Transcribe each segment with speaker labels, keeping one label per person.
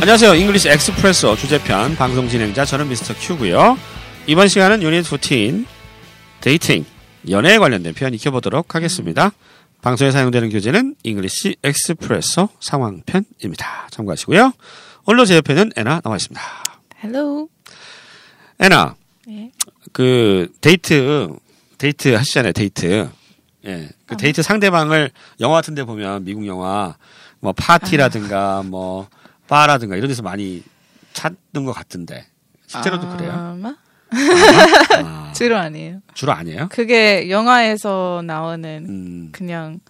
Speaker 1: 안녕하세요. 잉글리시 엑스프레소 주제편 방송 진행자 저는 미스터 큐고요. 이번 시간은 유닛 14 데이팅 연애에 관련된 표현 익혀보도록 하겠습니다. 방송에 사용되는 교재는 잉글리시 엑스프레소 상황편입니다. 참고하시고요. 오늘도 제 옆에는 애나 나와 있습니다.
Speaker 2: Hello.
Speaker 1: 애나
Speaker 2: 예.
Speaker 1: 그 데이트 데이트 하시잖아요. 데이트 예.
Speaker 2: 아.
Speaker 1: 그 데이트 상대방을 영화 같은데 보면 미국 영화 뭐
Speaker 2: 아.
Speaker 1: 파티라든가 뭐 바라든가 이런 데서 많이 찾는 것 같은데 실제로도 그래요?
Speaker 2: 아마
Speaker 1: 아,
Speaker 2: 주로 아니에요.
Speaker 1: 주로 아니에요?
Speaker 2: 그게 영화에서 나오는
Speaker 1: 음,
Speaker 2: 그냥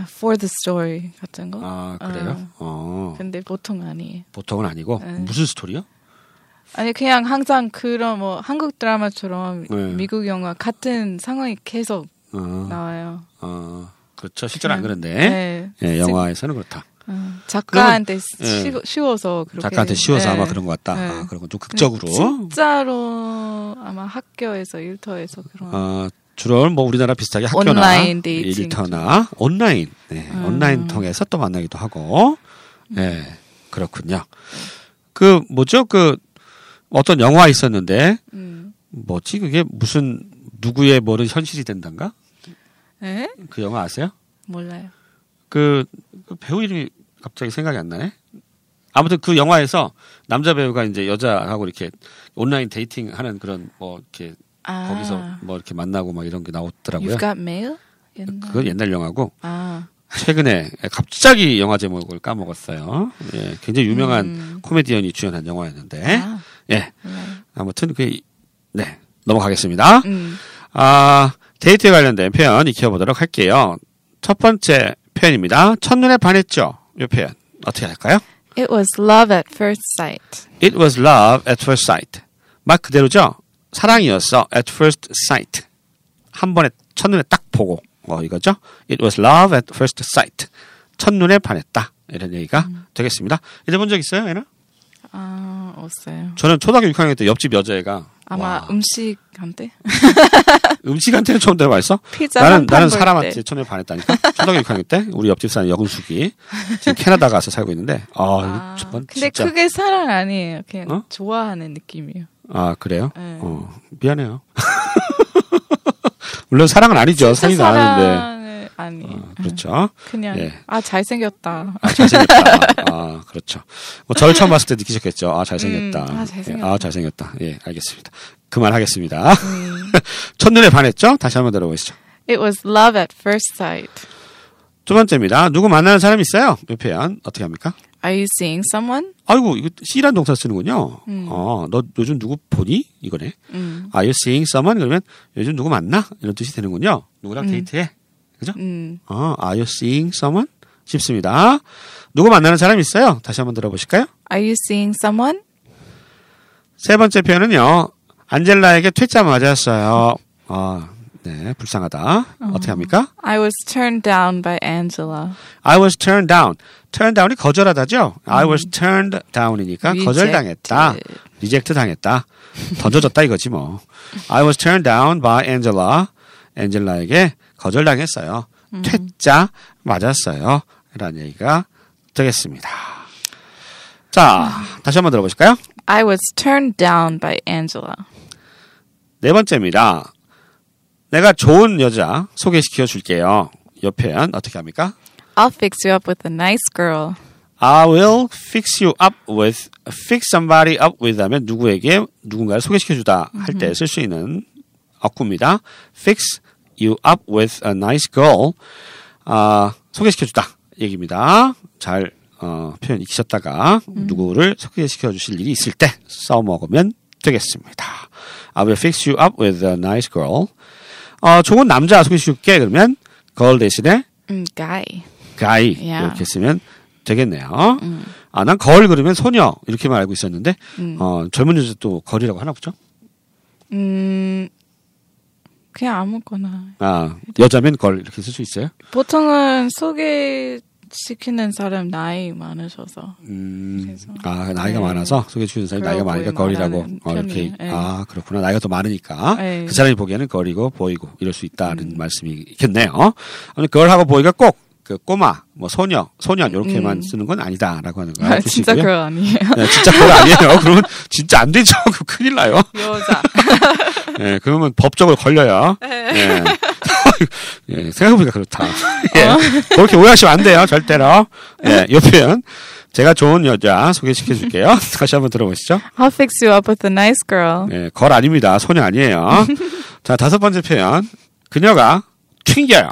Speaker 2: for the story 같은 거.
Speaker 1: 아 그래요? 어
Speaker 2: 근데 보통 아니에요.
Speaker 1: 보통은 아니고
Speaker 2: 음.
Speaker 1: 무슨 스토리요?
Speaker 2: 아니 그냥 항상 그런 뭐 한국 드라마처럼
Speaker 1: 네.
Speaker 2: 미국 영화 같은 상황이 계속
Speaker 1: 어,
Speaker 2: 나와요.
Speaker 1: 어 그렇죠 실제로 안 그런데
Speaker 2: 네.
Speaker 1: 예, 영화에서는 그렇다.
Speaker 2: 어, 작가한테
Speaker 1: 예.
Speaker 2: 씌워- 씌워서 그렇게
Speaker 1: 작가한테 씌워서
Speaker 2: 네.
Speaker 1: 아마 그런 것 같다.
Speaker 2: 네. 그렇죠.
Speaker 1: 아, 그런 건 좀 극적으로.
Speaker 2: 진짜로 아마 학교에서 일터에서 그런
Speaker 1: 어, 주로 뭐 우리나라 비슷하게 학교나 네,
Speaker 2: 온라인 데이팅.
Speaker 1: 일터나 온라인, 네,
Speaker 2: 음.
Speaker 1: 온라인 통해서 또 만나기도 하고, 네, 그렇군요. 그 뭐죠? 그 어떤 영화 있었는데
Speaker 2: 음.
Speaker 1: 뭐지? 그게 무슨 누구의 뭐를 현실이 된단가?
Speaker 2: 에?
Speaker 1: 그 영화 아세요?
Speaker 2: 예? 몰라요.
Speaker 1: 그, 그 배우 이름이 갑자기 생각이 안 나네. 아무튼 그 영화에서 남자 배우가 이제 여자하고 이렇게 온라인 데이팅 하는 그런 뭐 이렇게
Speaker 2: 아.
Speaker 1: 거기서 뭐 이렇게 만나고 막 이런 게 나오더라고요.
Speaker 2: You've got mail? 옛날.
Speaker 1: 그건 옛날 영화고
Speaker 2: 아.
Speaker 1: 최근에 갑자기 영화 제목을 까먹었어요. 예, 굉장히 유명한
Speaker 2: 음.
Speaker 1: 코미디언이 주연한 영화였는데
Speaker 2: 아,
Speaker 1: 예,
Speaker 2: 몰라요.
Speaker 1: 아무튼 그네 넘어가겠습니다.
Speaker 2: 음.
Speaker 1: 아 데이트에 관련된 표현 익혀보도록 할게요. 첫 번째 표현입니다. 첫눈에 반했죠. 이 표현 어떻게 할까요?
Speaker 2: It was love at first sight.
Speaker 1: It was love at first sight. 막 그대로죠. 사랑이었어. At first sight. 한 번에 첫눈에 딱 보고 어, 이거죠. It was love at first sight. 첫눈에 반했다. 이런 얘기가
Speaker 2: 음.
Speaker 1: 되겠습니다. 이제 본 적 있어요, 애나?
Speaker 2: 아, 없어요.
Speaker 1: 저는 초등학교 6학년 때 옆집 여자애가
Speaker 2: 아마
Speaker 1: 와,
Speaker 2: 음식한테
Speaker 1: 음식한테는 처음 들어봤어.
Speaker 2: 피자
Speaker 1: 나는
Speaker 2: 한판
Speaker 1: 나는
Speaker 2: 볼
Speaker 1: 사람한테
Speaker 2: 때.
Speaker 1: 첫눈에 반했다니까. 초등학교 6학년 때 우리 옆집 사는 영숙이 지금 캐나다 가서 살고 있는데 아,
Speaker 2: 아,
Speaker 1: 이거 정말
Speaker 2: 근데
Speaker 1: 진짜
Speaker 2: 그게 사랑 아니에요. 그냥
Speaker 1: 어?
Speaker 2: 좋아하는 느낌이에요.
Speaker 1: 아 그래요?
Speaker 2: 네.
Speaker 1: 어, 미안해요. 물론 사랑은 아니죠.
Speaker 2: 진짜
Speaker 1: 사랑이 나는데.
Speaker 2: 그 사랑은 아니에요.
Speaker 1: 아, 그렇죠.
Speaker 2: 그냥
Speaker 1: 예.
Speaker 2: 아 잘생겼다.
Speaker 1: 아, 잘생겼다. 아, 그렇죠. 뭐, 저를 처음 봤을 때 느끼셨겠죠. 아, 잘생겼다.
Speaker 2: 음, 아, 잘생겼다.
Speaker 1: 예, 아, 잘생겼다. 예, 알겠습니다. 그만하겠습니다.
Speaker 2: 음.
Speaker 1: 첫눈에 반했죠? 다시 한번 들어보시죠.
Speaker 2: It was love at first sight.
Speaker 1: 두 번째입니다. 누구 만나는 사람이 있어요? 이 표현. 어떻게 합니까?
Speaker 2: Are you seeing someone?
Speaker 1: 아이고, 이거 C란 동사 쓰는군요.
Speaker 2: 음.
Speaker 1: 어, 너 요즘 누구 보니? 이거네.
Speaker 2: 음.
Speaker 1: Are you seeing someone? 그러면 요즘 누구 만나? 이런 뜻이 되는군요. 누구랑
Speaker 2: 음.
Speaker 1: 데이트해? 그죠?
Speaker 2: 음.
Speaker 1: 아, are you seeing someone? 쉽습니다. 누구 만나는 사람 있어요? 다시 한번 들어보실까요?
Speaker 2: Are you seeing someone?
Speaker 1: 세 번째 표현은요. 안젤라에게 퇴짜 맞았어요. 아, 네, 불쌍하다. 어. 떻게 합니까?
Speaker 2: I was turned down by Angela.
Speaker 1: I was turned down. turn down이 거절하다죠. I was turned down이니까 거절당했다. 리젝트 당했다. 던져졌다 이거지 뭐. I was turned down by Angela. 엔젤라에게 거절당했어요. 퇴짜 맞았어요. 라는 얘기가 되겠습니다. 자, 다시 한번 들어보실까요?
Speaker 2: I was turned down by Angela.
Speaker 1: 네 번째입니다. 내가 좋은 여자 소개시켜 줄게요. 이 표현 어떻게 합니까?
Speaker 2: I'll fix you up with a nice girl.
Speaker 1: I will fix you up with, fix somebody up with 하면 누구에게 누군가를 소개시켜 주다 할 때 쓸 수 있는 어구입니다. fix you up with a nice girl. 아, 소개시켜 주다 얘기입니다. 잘 어, 표현 익히셨다가 누구를 소개시켜 주실 일이 있을 때 써먹으면 되겠습니다. I will fix you up with a nice girl. 어, 좋은 남자 소개시켜 줄게 그러면 girl 대신에
Speaker 2: Mm, guy.
Speaker 1: 가이
Speaker 2: 야. 음.
Speaker 1: 이렇게 쓰면 되겠네요. 아, 난 거울 그러면 소녀 이렇게만 알고 있었는데 어, 젊은 여자 또 거리라고 하나 보죠.
Speaker 2: 음, Mm, 그냥 아무거나.
Speaker 1: 아, 여자면 걸 이렇게 쓸 수 있어요.
Speaker 2: 보통은 소개시키는 사람 나이 많으셔서.
Speaker 1: 음,
Speaker 2: 그래서,
Speaker 1: 아, 나이가
Speaker 2: 네.
Speaker 1: 많아서 소개해 주는 사람이 나이가
Speaker 2: 그러고
Speaker 1: 많으니까 거리라고
Speaker 2: 말하는
Speaker 1: 어, 이렇게
Speaker 2: 편이에요. 네.
Speaker 1: 아 그렇구나 나이가 더 많으니까
Speaker 2: 네. 음.
Speaker 1: 그 사람이 보기에는 거리고 보이고 이럴 수 있다는 말씀이겠네요. 아니 걸하고 보이가 꼭 그 꼬마, 뭐 소녀, 소년 이렇게만
Speaker 2: 음.
Speaker 1: 쓰는 건 아니다라고 하는 거
Speaker 2: 아, 진짜
Speaker 1: 알아두시고요.
Speaker 2: 그거 아니에요.
Speaker 1: 네, 진짜 그거 아니에요. 그러면 진짜 안 되죠. 그럼 큰일 나요.
Speaker 2: 여자.
Speaker 1: 예, 그러면 법적으로 걸려요. 예. 예, 생각해보니까 그렇다. 예. 그렇게 오해하시면 안 돼요. 절대로. 예, 이 표현. 제가 좋은 여자 소개시켜줄게요. 다시 한번 들어보시죠.
Speaker 2: I'll fix you up with a nice girl.
Speaker 1: 예, 걸 아닙니다. 소녀 아니에요. 자, 다섯 번째 표현. 그녀가 튕겨요.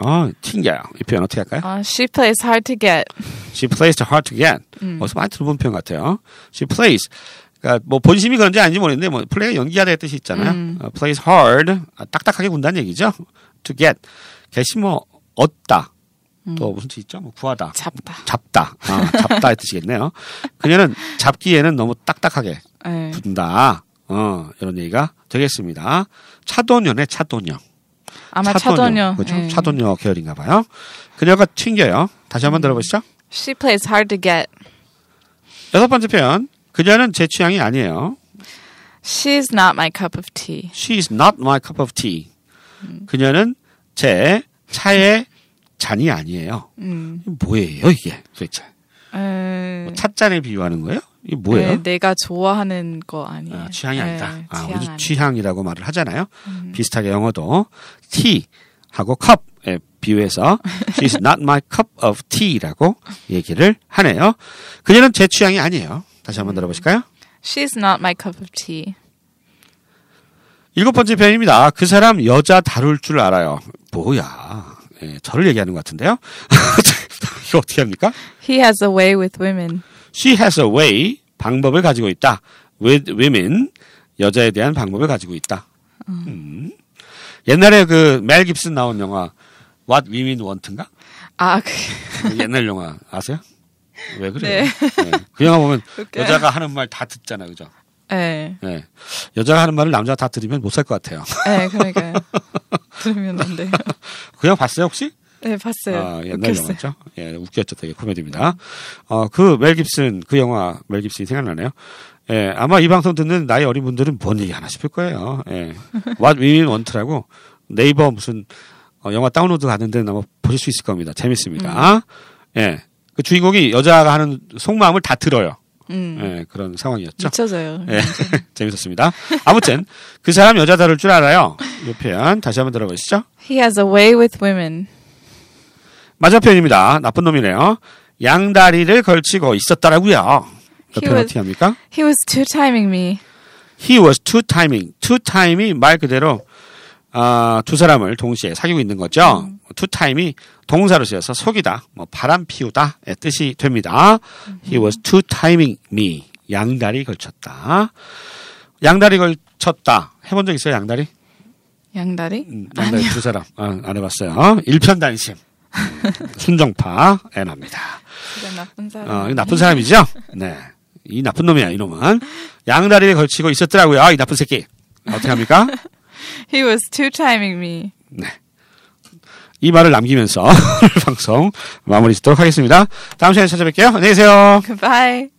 Speaker 1: 어, 튕겨요. 이 표현 어떻게 할까요?
Speaker 2: 아, she plays hard to get.
Speaker 1: She plays too hard to get.
Speaker 2: 음.
Speaker 1: 어서 많이 들어본 표현 같아요. She plays. 그러니까 뭐 본심이 그런지 아닌지 모르겠는데 뭐 플레이가 연기하다의 뜻이 있잖아요.
Speaker 2: 음.
Speaker 1: 어, plays hard. 아, 딱딱하게 군다는 얘기죠. To get. get이 뭐 얻다.
Speaker 2: 음.
Speaker 1: 또 무슨 뜻 있죠? 뭐 구하다.
Speaker 2: 잡다.
Speaker 1: 잡다. 아, 잡다의 뜻이겠네요. 그녀는 잡기에는 너무 딱딱하게
Speaker 2: 예.
Speaker 1: 군다. 어, 이런 얘기가 되겠습니다. 차도녀네, 차도녀.
Speaker 2: 아마 차도녀.
Speaker 1: 그렇죠?
Speaker 2: 예.
Speaker 1: 차도녀 계열인가 봐요. 그녀가 튕겨요. 다시
Speaker 2: 음.
Speaker 1: 한번 들어보시죠.
Speaker 2: She plays hard to get.
Speaker 1: 여섯 번째 표현. 그녀는 제 취향이 아니에요.
Speaker 2: She's not my cup of tea.
Speaker 1: She is not my cup of tea. 그녀는 제 차의 잔이 아니에요.
Speaker 2: 음. 네.
Speaker 1: 뭐예요 이게 도대체?
Speaker 2: 에,
Speaker 1: 뭐 찻잔에 비유하는 거예요? 이게
Speaker 2: 에,
Speaker 1: 뭐예요?
Speaker 2: 내가 좋아하는 거 아니에요.
Speaker 1: 아, 취향이
Speaker 2: 에,
Speaker 1: 아니다. 아,
Speaker 2: 네, 취향
Speaker 1: 우리도
Speaker 2: 아니다. 음.
Speaker 1: 취향이라고 말을 하잖아요. 비슷하게 영어도 tea하고 cup에 비유해서 she is not my cup of tea라고 얘기를 하네요. 그녀는 제 취향이 아니에요. 다시
Speaker 2: 음.
Speaker 1: 한번 들어보실까요?
Speaker 2: She's not my cup of tea.
Speaker 1: 일곱 번째 표현입니다. 그 사람 여자 다룰 줄 알아요. 뭐야. 예, 저를 얘기하는 것 같은데요. 이거 어떻게 합니까?
Speaker 2: He has a way with women.
Speaker 1: She has a way. 방법을 가지고 있다. With women. 여자에 대한 방법을 가지고 있다. 음. 옛날에 그 멜 깁슨 나온 영화 What Women Want인가?
Speaker 2: 아, 그,
Speaker 1: 옛날 영화 아세요? 왜 그래요?
Speaker 2: 네.
Speaker 1: 예, 그 영화 보면
Speaker 2: 웃겨요.
Speaker 1: 여자가 하는 말 다 듣잖아, 그죠?
Speaker 2: 예.
Speaker 1: 예. 여자가 하는 말을 남자가 다 들으면 못 살 것 같아요.
Speaker 2: 예, 그러니까요. 들으면 안 돼요.
Speaker 1: 그 영화 봤어요, 혹시?
Speaker 2: 네, 봤어요.
Speaker 1: 아, 옛날
Speaker 2: 웃겼어요.
Speaker 1: 영화죠. 예, 웃겼죠. 되게 코미디입니다. 어, 그 멜 깁슨, 그 영화 멜 깁슨이 생각나네요. 예, 아마 이 방송 듣는 나이 어린 분들은 뭔 얘기 하나 싶을 거예요. 예. What We Want 라고 네이버 무슨 어, 영화 다운로드 가는데 아마 보실 수 있을 겁니다.
Speaker 2: 음.
Speaker 1: 재밌습니다. 예. 그 주인공이 여자가 하는 속마음을 다 들어요.
Speaker 2: 음.
Speaker 1: 예, 그런 상황이었죠.
Speaker 2: 미쳐져요.
Speaker 1: 예. 재밌었습니다. 아무튼 그 사람 여자 다룰 줄 알아요. 이 표현 다시 한번 들어보시죠.
Speaker 2: He has a way with women.
Speaker 1: 마지막 표현입니다. 나쁜 놈이네요. 양다리를 걸치고 있었다라고요. 그
Speaker 2: He
Speaker 1: 표현
Speaker 2: was-
Speaker 1: 어떻게 합니까?
Speaker 2: He was two timing me.
Speaker 1: He was two timing. Two time이 말 그대로 아, 두 사람을 동시에 사귀고 있는 거죠.
Speaker 2: 음.
Speaker 1: two time이 동사로 쓰여서 속이다, 뭐 바람 피우다의 뜻이 됩니다. He
Speaker 2: 음.
Speaker 1: was two timing me. 양다리 걸쳤다. 양다리 걸쳤다. 해본 적 있어요, 양다리?
Speaker 2: 양다리?
Speaker 1: 음, 양다리 두 사람. 아, 안 해봤어요. 일편단심. 순정파. 애납니다.
Speaker 2: 이건 나쁜 사람.
Speaker 1: 어, 이거 나쁜 사람이죠? 네. 이 나쁜 놈이야, 이놈은. 양다리에 걸치고 있었더라고요. 아, 이 나쁜 새끼. 어떻게 합니까?
Speaker 2: He was two timing me.
Speaker 1: 이 말을 남기면서 방송 마무리 짓도록 하겠습니다. 다음 시간에 찾아뵐게요. 안녕히 계세요.
Speaker 2: Goodbye.